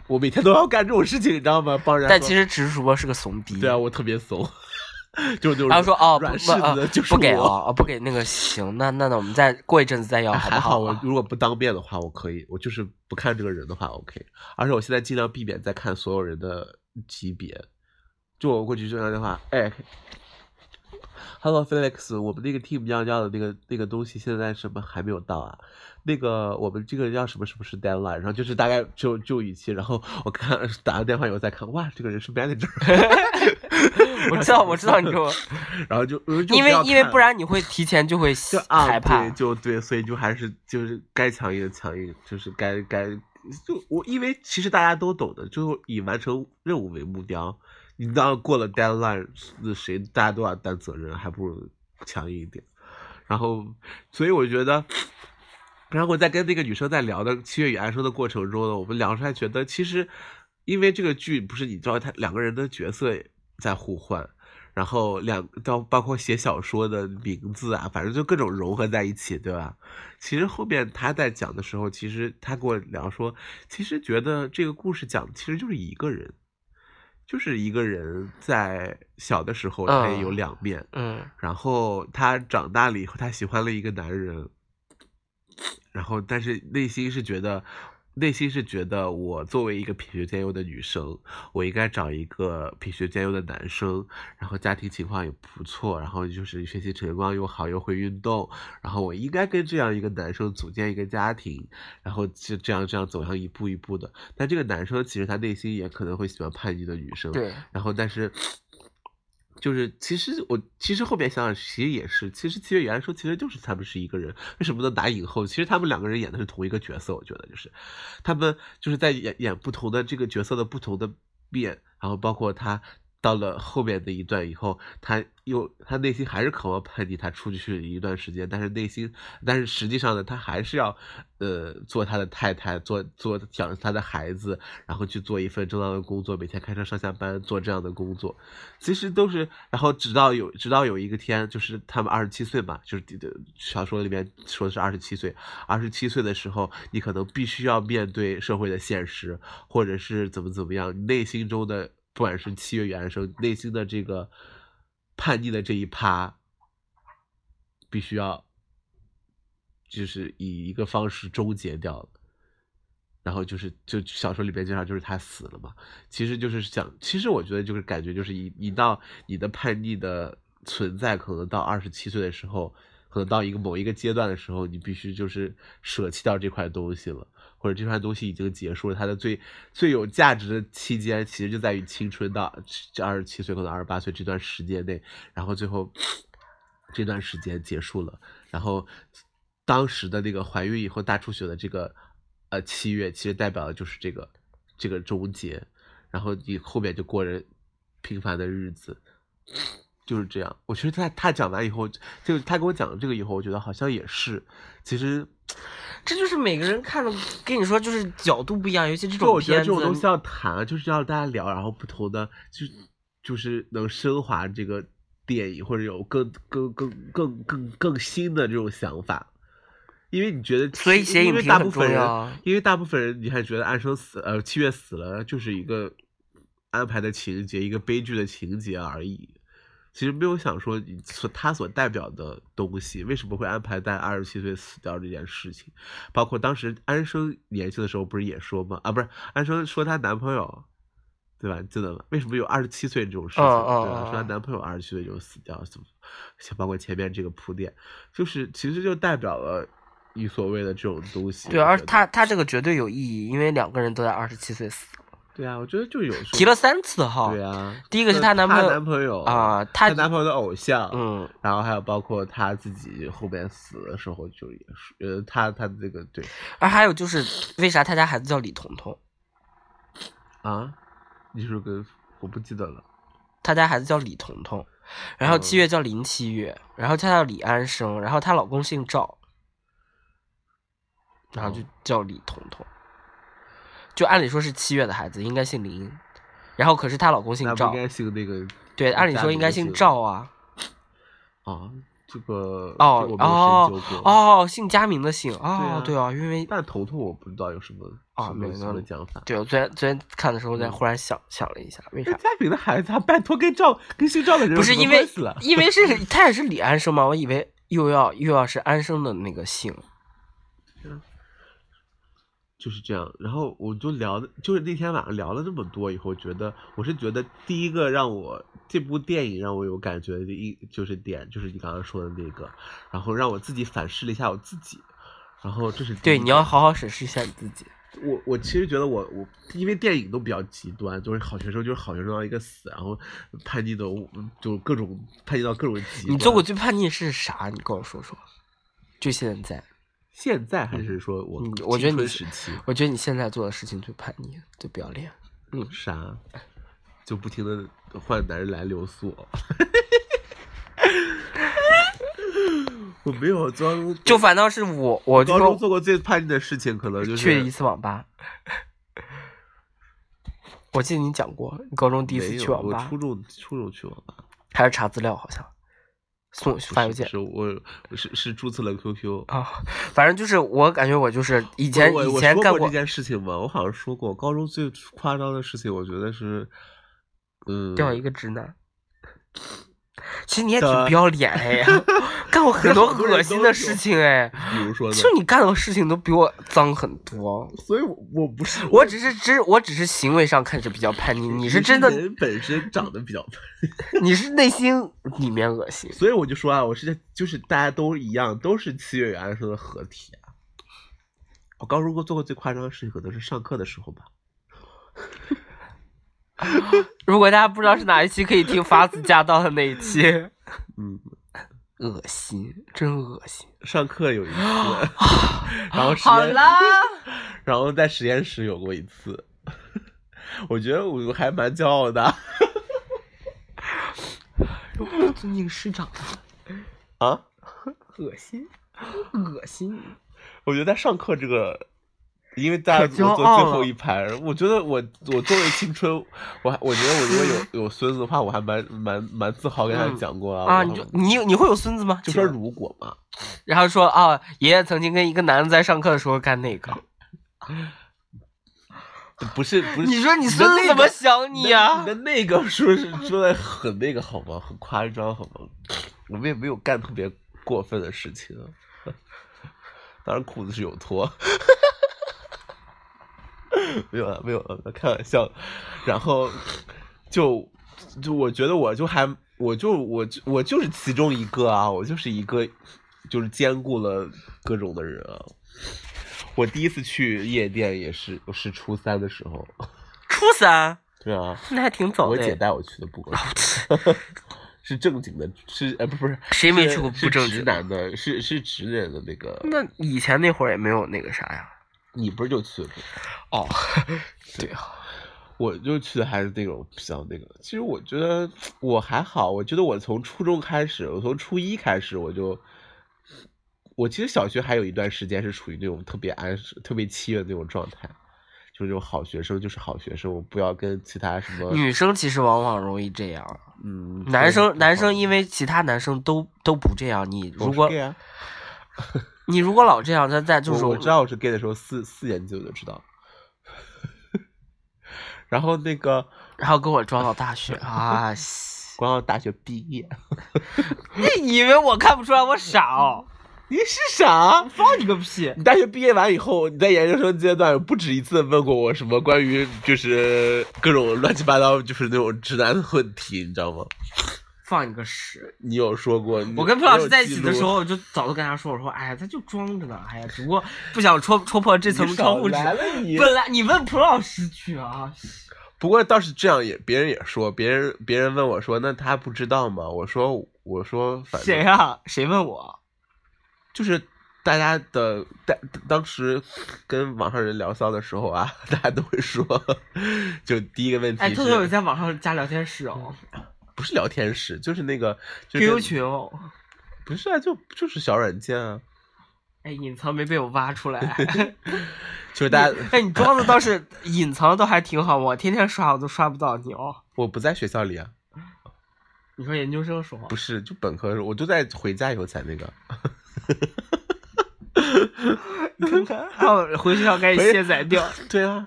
C: 我每天都要干这种事情，你知道吗？ [LAUGHS] 帮人家
B: 但
C: 说
B: 其实只是主播是个怂逼。
C: 对啊，我特别怂， [LAUGHS] 就是那种
B: 然后说哦，不
C: 软
B: 不
C: 柿
B: 啊
C: 子的，就是
B: 不给
C: [LAUGHS] 我。
B: 哦，哦不给那个行，那那那我们再过一阵子再要，
C: 哎
B: 好不
C: 还好
B: 啊
C: 我如果不当面的话，我可以，我就是不看这个人的话，OK。而且我现在尽量避免再看所有人的级别，就我过去就让电话，哎， Hello Felix，我们那个 team 要要的那个那个东西现在什么还没有到啊？那个我们这个要什么什么是 deadline？然后就是大概就就语气，然后我看打个电话以后再看，哇，这个人是
B: [LAUGHS]
C: manager，
B: 我知道，我知道你
C: [LAUGHS]
B: 说，
C: 然后就呃就
B: 因为
C: 要
B: 因为
C: 看
B: 不然你会提前就会
C: 就啊
B: [LAUGHS] 害怕
C: 对，，就对，所以就还是就是该强硬的强硬，就是该该就我因为其实大家都懂的，就以完成任务为目标。你当然过了 deadline，那谁大家都要担责任，还不如强硬一点。然后，所以我觉得，然后我在跟那个女生在聊的《七月与安生》的过程中呢，我们聊出来觉得，其实因为这个剧不是你知道他两个人的角色在互换，然后两到包括写小说的名字啊，反正就各种融合在一起，对吧？其实后面他在讲的时候，其实他跟我聊说，其实觉得这个故事讲的其实就是一个人，就是一个人在小的时候他也有
B: 嗯
C: 两面，
B: 嗯
C: 然后她长大了以后，她喜欢了一个男人，然后但是内心是觉得，内心是觉得我作为一个品学兼优的女生，我应该找一个品学兼优的男生，然后家庭情况也不错，然后就是学习成绩又好，又会运动，然后我应该跟这样一个男生组建一个家庭，然后就这样这样走向一步一步的。但这个男生其实他内心也可能会喜欢叛逆的女生，
B: 对，
C: 然后但是就是其实我其实后面想想，其实也是，其实七月与安说其实就是他们是一个人，为什么能打影后？其实他们两个人演的是同一个角色，我觉得就是他们就是在演演不同的这个角色的不同的面，然后包括他。到了后面的一段以后，他又他内心还是渴望叛逆，他出去一段时间，但是内心，但是实际上呢，他还是要，呃，做他的太太，做做想他的孩子，然后去做一份正当的工作，每天开车上下班做这样的工作，其实都是，然后直到有直到有一个天，就是他们二十七岁嘛，就是这个小说里面说的是二十七岁，二十七岁的时候，你可能必须要面对社会的现实，或者是怎么怎么样，内心中的不管是七月与安生内心的这个叛逆的这一趴，必须要就是以一个方式终结掉了。然后就是，就小说里边介绍，就是他死了嘛。其实就是想，其实我觉得就是感觉就是一一到你的叛逆的存在，可能到二十七岁的时候，可能到一个某一个阶段的时候，你必须就是舍弃掉这块东西了，或者这块东西已经结束了。它的最最有价值的期间，其实就在于青春到二十七岁，可能二十八岁这段时间内，然后最后 [SNIFFS] 这段时间结束了，然后当时的那个怀孕以后大出血的这个呃七月，其实代表的就是这个这个终结，然后你后面就过着平凡的日子，就是这样。我觉得他他讲完以后，就是他跟我讲了这个以后，我觉得好像也是，其实
B: 这就是每个人看的，跟你说就是角度不一样，尤其这
C: 就
B: 种
C: 我觉得
B: 片
C: 这
B: 子，
C: 种东西要谈，就是要大家聊，然后不同的就就是能升华这个电影，或者有更更更更更更新的这种想法。因为你觉得七，
B: 所以写
C: 因
B: 影
C: 为
B: 评
C: 大
B: 很
C: 部分
B: 重
C: 人
B: 要啊，
C: 因为大部分人你还觉得安生死呃七月死了就是一个安排的情节，一个悲剧的情节而已。其实没有想说你所他所代表的东西，为什么会安排在二十七岁死掉这件事情？包括当时安生年轻的时候不是也说吗？啊，不是安生说她男朋友，对吧？记得吗？为什么有二十七岁这种事情？
B: 嗯嗯
C: 对吧？
B: 嗯
C: 说她男朋友二十七岁就死掉，怎么像包括前面这个铺垫，就是其实就代表了你所谓的这种东西。
B: 对，
C: 我
B: 而
C: 觉得
B: 他他这个绝对有意义，因为两个人都在二十七岁死，
C: 对啊，我觉得就有时候
B: 提了三次哈，
C: 对啊，
B: 第一个是
C: 就
B: 她男朋友
C: 男朋友
B: 啊
C: 她
B: 她
C: 男朋友的偶像，
B: 嗯，
C: 然后还有包括她自己后面死的时候，就是也是呃，她她这个对
B: 而还有就是为啥他家孩子叫李彤彤，
C: 啊，你是不是跟我不记得了。
B: 他家孩子叫李彤彤，然后
C: 嗯
B: 七月叫林七月，然后她叫李安生，然后她老公姓赵，然后
C: 哦
B: 就叫李彤彤，就按理说是七月的孩子应该姓林，然后可是她老公姓
C: 那不
B: 赵
C: 应，该姓那个
B: 对，按理
C: 家
B: 说
C: 里
B: 应该
C: 的
B: 姓
C: 姓
B: 赵啊，
C: 啊，这个
B: 哦
C: 这个我没有
B: 哦
C: 深究过。
B: 哦，姓佳明的姓哦，
C: 对
B: 对
C: 啊
B: 啊，因为
C: 但头头我不知道有什么
B: 啊
C: 什
B: 没
C: 么
B: 有
C: 什么讲法。
B: 对我昨天昨天看的时候，在
C: 嗯
B: 忽然想想了一下，为
C: 那
B: 啥？
C: 家炳的孩子，他拜托跟赵跟姓赵的人
B: 不是
C: 有什么
B: 因为
C: 关系了
B: 因为是他也是李安生嘛，我以为又要又要是安生的那个姓，
C: 就是这样。然后我就聊的，就是那天晚上聊了这么多以后，觉得我是觉得第一个让我这部电影让我有感觉的一就是点，就是你刚刚说的那个，然后让我自己反思了一下我自己，然后这是第
B: 对，
C: 一
B: 你
C: 个
B: 要好好审视一下你自己。
C: 我我其实觉得我我因为电影都比较极端，就是好学生就是好学生到一个死，然后叛逆的我就各种叛逆到各种极端。
B: 你做过最叛逆是啥？你跟我说说。就现在，
C: 现在还是说我
B: 嗯我觉得
C: 青春
B: 你
C: 时期
B: 我觉得你现在做的事情最叛逆，最不要脸。嗯
C: 啥，就不停的换男人来留宿。 [LAUGHS] 我没有做过，
B: 就反倒是我，我就
C: 高中做
B: 说
C: 过最叛逆的事情，可能就是
B: 去了一次网吧。 [LAUGHS] 我记得你讲过，你高中第一次
C: 没有
B: 去网
C: 我
B: 吧
C: 初，中初中去网吧，
B: 还是查资料，好像送
C: 不
B: 发邮
C: 是
B: 件
C: 是我我是是注册了 QQ。
B: 啊、反正就是我感觉我就是以
C: 以
B: 前
C: 哦我
B: 以
C: 我
B: 前
C: 说
B: 干
C: 过
B: 过
C: 这，件事情吗？我好像说过，高中最夸张的事情，我觉得是，嗯，
B: 掉一个直男。其实你也挺
C: 的
B: 不要脸哎， [LAUGHS] 干过很多
C: 好多人
B: 恶心
C: 都
B: 的
C: 有
B: 事情哎。
C: 比如说呢
B: 其，实你干的事情都比我脏很多，
C: 所以我我不是
B: 我只是只我只是行为上看着比较叛逆，你是真的，
C: [LAUGHS] 人本身长得比较胖，
B: 你是内心里面恶心。
C: 所以我就说啊，我是就是大家都一样，都是七月与安生的合体啊。我高中做过最夸张的事情，可能是上课的时候吧。
B: 如果大家不知道是哪一期，可以听法子驾到的那一期。
C: [LAUGHS] 嗯，
B: 恶心，真恶心。
C: 上课
B: [LAUGHS]
C: 有一次，然后实
B: 好
C: 验 [LAUGHS]
B: 啦，
C: 然后在实验室有过一次， [LAUGHS] 我觉得我还蛮骄傲的
B: 不尊敬师长的，
C: 啊。 [LAUGHS]
B: 恶心，恶心。
C: 我觉得在上课这个，因为大家我
B: 可骄傲
C: 坐最后
B: 了
C: 一排，我觉得我我作为青春，我还我觉得我如果
B: [LAUGHS]
C: 有有孙子的话，我还蛮蛮蛮自豪跟他
B: 嗯
C: 讲过啊。
B: 啊，
C: 我
B: 你就你你会有孙子吗？
C: 就说如果嘛，
B: 然后说啊，爷爷曾经跟一个男的在上课的时候干那个。
C: 不是不是，
B: 你说你
C: 的
B: 孙子
C: 那
B: 怎么
C: 个
B: 想
C: 你
B: 你啊呀
C: 你的？那个说是说的很那个好吗？很夸张好吗？我们也没有干特别过分的事情，当然裤子是有脱， [LAUGHS] 没有了啊没有了，开玩笑。然后就就我觉得我就还我就我就我就是其中一个啊，我就是一个就是兼顾了各种的人啊。我第一次去夜店也是是初三的时候，
B: 初三，
C: 对啊，
B: 那还挺早
C: 我
B: 的
C: 姐
B: 哎。
C: 带我去的，不过是正经的，是呃不不是
B: 谁没
C: 是
B: 去过
C: 是
B: 不正
C: 直
B: 经
C: 男的，是是直人的那个，
B: 那以前那会儿也没有那个啥呀？
C: 你不是就去了吗？
B: 哦， [LAUGHS] 对啊，
C: [LAUGHS] 我就去的还是那种比较那个。其实我觉得我还好，我觉得我从初中开始，我从初一开始我就，我其实小学还有一段时间是处于那种特别安、特别七的那种状态，就是那种好学生就是好学生，我不要跟其他什么
B: 女生其实往往容易这样，
C: 嗯
B: 男生男生
C: 为
B: 因为其他男生都都不这样，你如果
C: 啊，
B: 你如果老这样，他再就
C: 我
B: 是
C: 我知道我是 gay 的时候，四四年级我就知道。 [LAUGHS] 然后那个
B: 然后跟我装到大 [LAUGHS] 学啊，西
C: 光要大学毕业， [LAUGHS]
B: 你以为我看不出来我傻哦？
C: 你是啥？
B: 放你个屁！
C: 你大学毕业完以后，你在研究生阶段不止一次地问过我什么关于就是各种乱七八糟就是那种直男的问题，你知道吗？
B: 放你个屎！
C: 你有说过？你
B: 我跟裴老师在一起
C: 你有
B: 的
C: 记
B: 时
C: 录 [LAUGHS]
B: 候，我就早都跟他说，我说，哎呀，他就装着呢，哎呀，只不过不想戳戳破这层
C: 你
B: 窗
C: 少
B: 户纸。
C: 来了你。
B: 本来你问蒲老师
C: [LAUGHS]
B: 去啊，
C: 不过倒是这样也，别人也说，别人别人问我说，那他不知道吗？我说我说反正
B: 谁啊？谁问我？
C: 就是大家的当当时跟网上人聊骚的时候啊， [LAUGHS] 大家都会说，就第一个问题
B: 哎，
C: 是，
B: 特特有在网上加聊天室哦
C: 不是聊天室，就是那嗯个就是
B: ，QQ 群哦。
C: 不是啊，就就是小软件啊，
B: 哎，隐藏没被我挖出来。
C: 就是 [LAUGHS] 大家
B: 哎，你装的倒是隐藏的倒还挺好，我天天刷我都刷不到你哦。
C: 我不在学校里啊，
B: 你说研究生说
C: 不是就本科的时候，我就在回家以后才那
B: [LAUGHS]
C: 个，
B: 看看，然后回学校赶紧卸
C: [LAUGHS]
B: 载掉，
C: 对啊，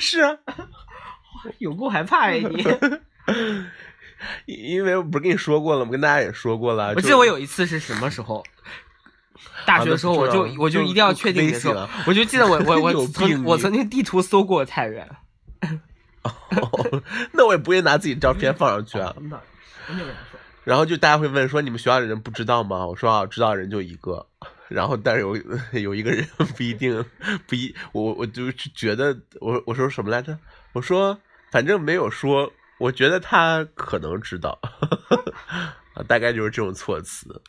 C: 是啊，
B: 有够害怕哎你！
C: 因因为我不是跟你说过了吗？跟大家也说过了，
B: [LAUGHS]
C: 啊
B: 我
C: 就
B: 记得我有一次是什么时候，大学的时候，我就
C: 啊那不知道
B: 我就一定要确定
C: 就
B: 你
C: 就
B: 说
C: 危险，
B: 我就记得我我 [LAUGHS]
C: 有
B: 我
C: 病
B: 曾
C: 你
B: 我曾经地图搜过太原，
C: 哦 [LAUGHS] 那我也不会拿自己照片放上去
B: [LAUGHS]
C: 啊。
B: 真的，真的跟他说，
C: 然后就大家会问说你们学校的人不知道吗？我说啊，知道的人就一个。然后但是有 [LAUGHS] 有一个人不一定不一，我我就是觉得我我说什么来着？我说反正没有说，我觉得他可能知道， [LAUGHS] 啊，大概就是这种措辞。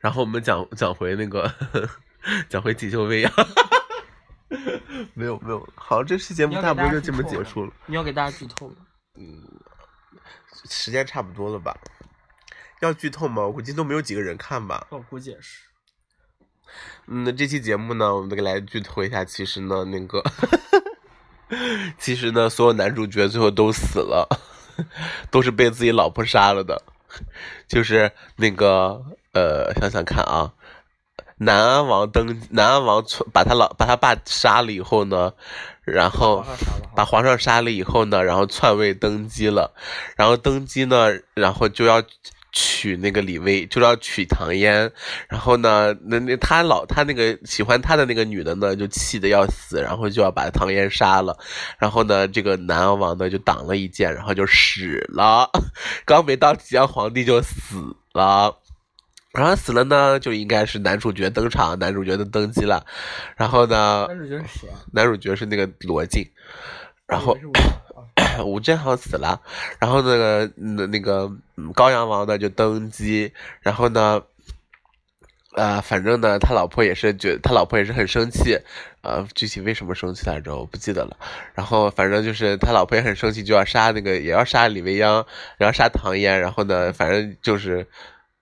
C: 然后我们讲讲回那个 [LAUGHS] 讲回锦绣未央， [LAUGHS] 没有没有，好，这期节目
B: 你要给
C: 差不多
B: 大家
C: 就
B: 剧
C: 这么
B: 透
C: 结
B: 了
C: 束了。
B: 你要给大家剧 [LAUGHS] 透吗？
C: 时间差不多了吧？要剧透吗？我估计都没有几个人看吧。
B: 我哦估计也是。
C: 嗯，那这期节目呢，我们再给大家剧透一下。其实呢，那个， [LAUGHS] 其实呢，所有男主角最后都死了， [LAUGHS] 都是被自己老婆杀了的。就是那个呃，想想看啊，南安王登南安王篡把他老把他爸杀了以后呢，然
B: 哦
C: 后把皇上杀了以后呢，然后篡位登基了，然后登基呢，然后就要娶那个李卫，就要娶唐嫣，然后呢，那那他老他那个喜欢他的那个女的呢，就气得要死，然后就要把唐嫣杀了，然后呢，这个南安王呢就挡了一剑，然后就死了，刚没到即阳皇帝就死了。然后死了呢，就应该是男主角登场，男主角都登基了。然后呢，
B: 主角是谁啊？
C: 男主角是那个罗晋，然后
B: 啊
C: [LAUGHS] 吴镇好像死了，然后那个那那个嗯高阳王呢就登基，然后呢，呃，反正呢他老婆也是觉他老婆也是很生气，呃，具体为什么生气来着我不记得了，然后反正就是他老婆也很生气，就要杀那个也要杀李未央，然后杀唐嫣，然后呢，反正就是。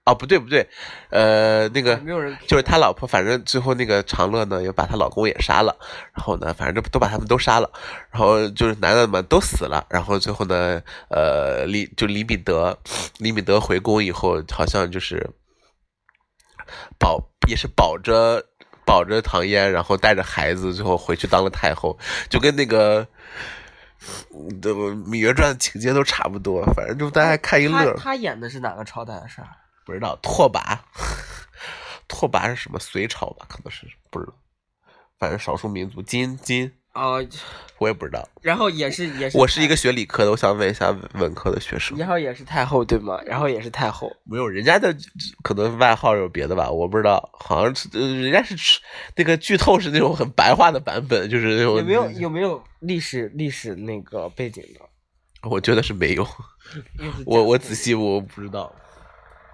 C: 哦，不对不对，呃，那个
B: 没有人
C: 就是他老婆，反正最后那个长乐呢，也把她老公也杀了，然后呢，反正都都把他们都杀了，然后就是男的们都死了，然后最后呢，呃，李就李敏德，李敏德回宫以后，好像就是保也是保着保着唐嫣，然后带着孩子，最后回去当了太后，就跟那个。嗯对《芈月传》情节都差不多，反正就大家看一乐
B: 他。他演的是哪个朝代的事儿？
C: 不知道拓跋，拓跋是什么？隋朝吧，可能是不知道。反正少数民族，金金，
B: 哦，
C: 我也不知道。
B: 然后也是也是，
C: 我是一个，学理科的，我想问一下文科的学生，
B: 然后也是太后对吗？然后也是太后，
C: 没有人家的可能外号有别的吧，我不知道。好像是呃人家是吃那个剧透是那种很白话的版本，就是那种
B: 有没
C: [LAUGHS]
B: 有有没有历史历史那个背景的？
C: 我觉得是没有，
B: 又是
C: 我我
B: 讲
C: 仔细我不知道。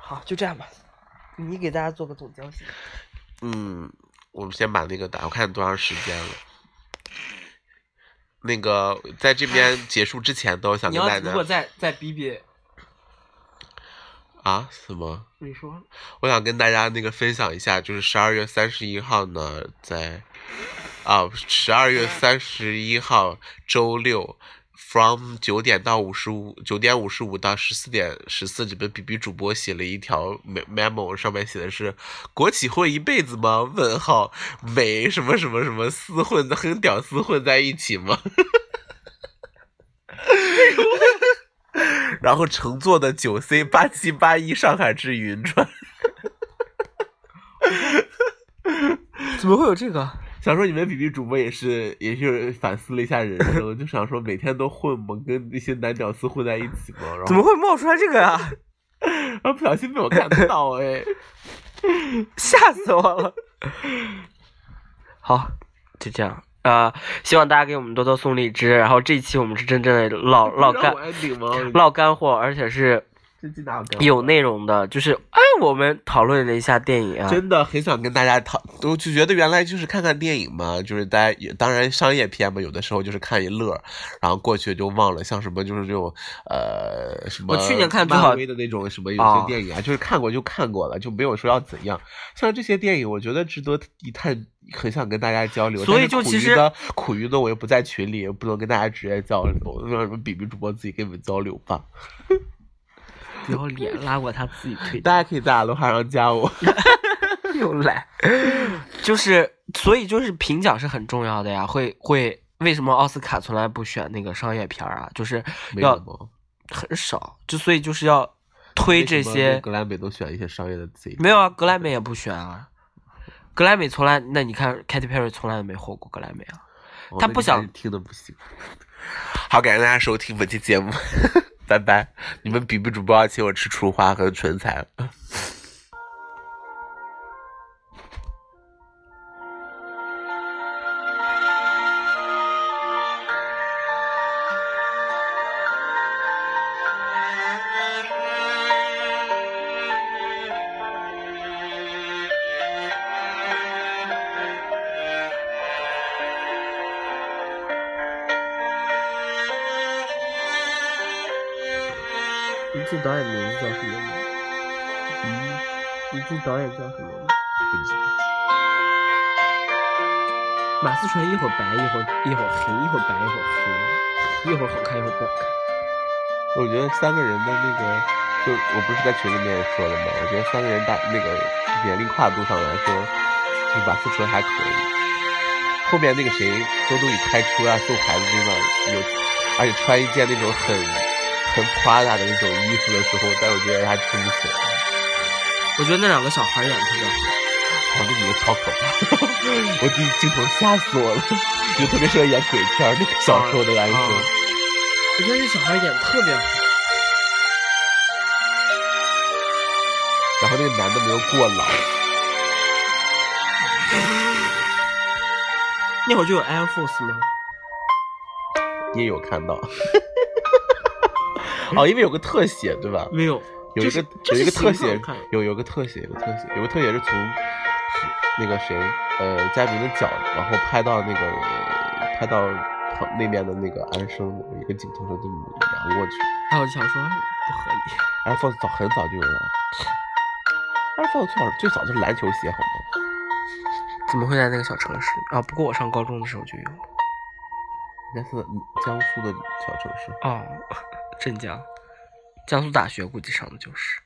B: 好就这样吧，你给大家做个总结行吗。
C: 嗯，我们先把那个打，我看多长时间了。那个在这边结束之前呢，我想
B: 你
C: 跟
B: 要
C: 大
B: 如果
C: 家
B: 再再逼逼，
C: 啊什么？
B: 你说
C: 我想跟大家那个分享一下，就是十二月三十一号呢，在啊十二月三十一号周六，from 九点到五十五，九点五十五到十四点十四，这边 B B 主播写了一条 me- memo，上面写的是“国企混一辈子吗？”问号美什么什么什么厮混很屌丝混在一起吗？ [LAUGHS] 然后乘坐的九 C 八七八一上海至云川。
B: 怎么会有这个？
C: 想说你们比比主播也是，也是反思了一下人生，就想说每天都混吗？跟那些男屌丝混在一起吗？然后
B: 怎么会冒出来这个啊？
C: 然后不小心被我看到哎，
B: [LAUGHS] 吓死我了！好，就这样啊、呃希望大家给我们多多送荔枝。然后这一期我们是真正的唠唠
C: 让
B: 干
C: 我 ending 吗？
B: 唠哎干货，而且是
C: 这期哪有干货
B: 有内容的。就是哎，我们讨论了一下电影啊，
C: 真的很想跟大家讨，我就觉得原来就是看看电影嘛，就是大家也当然商业片嘛，有的时候就是看一乐儿，然后过去就忘了，像什么就是这种呃什么，
B: 我去年看最好
C: 漫威的那种什么有
B: 啊
C: 些电影啊，就是看过就看过了，就没有说要怎样。像这些电影，我觉得值得一探，很想跟大家交流。
B: 所以
C: 但是
B: 就
C: 苦
B: 其
C: 于
B: 实
C: 呢苦于呢，我又不在群里，也不能跟大家直接交流，让你们比比主播自己跟你们交流吧。
B: 不要脸拉过他自己 [LAUGHS] 推
C: 大家可以在阿罗哈上加我。
B: 又来，就是所以就是评奖是很重要的呀，会会。为什么奥斯卡从来不选那个商业片儿啊？就是
C: 没有
B: 要
C: 吗？
B: 很少，就所以就是要推
C: 为什
B: 这
C: 么
B: 些
C: 那格莱美都选一些商业的词语。
B: 没有啊，格莱美也不选啊，格莱美从来那你看 Katy Perry 从来没获过格莱美啊，
C: 哦
B: 他
C: 那
B: 不
C: 你还
B: 想
C: 是听的不行。 [LAUGHS] 好，感谢大家收听本期节目， [LAUGHS] 拜拜！你们比比主播要请我吃厨花和纯菜了。
B: 你这导演名字叫什么吗？嗯，你这导演叫什么吗？
C: 不知道
B: 马思纯一会儿白一会儿一会儿黑一会儿白一会儿黑，一会儿好看一会儿不好看。
C: 我觉得三个人的那个，就我不是在群里面也说了吗？我觉得三个人大那个年龄跨度上来说，就马思纯还可以。后面那个谁，周冬雨开车啊送孩子那段有，而且穿一件那种很很 Prada 的那种衣服的时候，但我觉得她撑不起来。
B: 我觉得那两个小孩演得特别好。
C: 哇，那女的超可怕！ [LAUGHS] 我第一镜头吓死我了，就特别适合演鬼片儿那个小时候的男生。
B: 啊我觉得那小孩演得特别好。
C: 然后那个男的没有过老，
B: 那会儿就有 Air Force 吗？
C: 你也有看到。 [LAUGHS] 哦，因为有个特写对吧？
B: 没有，
C: 有一个
B: 这是这
C: 有一
B: 是
C: 个特
B: 型
C: 写
B: 号看，
C: 有有个特写，有个特写，有个特写是从那个谁呃佳明的脚，然后拍到那个拍到旁那边的那个安生的，有一个镜头是这么扬过去。
B: 哎，我就想说不合理。
C: Air Force 早很早就有了，Air Force 最早最早就是篮球鞋，好吗？
B: 怎么会在那个小城市啊？不过我上高中的时候就有
C: 应该是江苏的小城市。
B: [LAUGHS] 哦，镇江，江苏大学估计上的就是。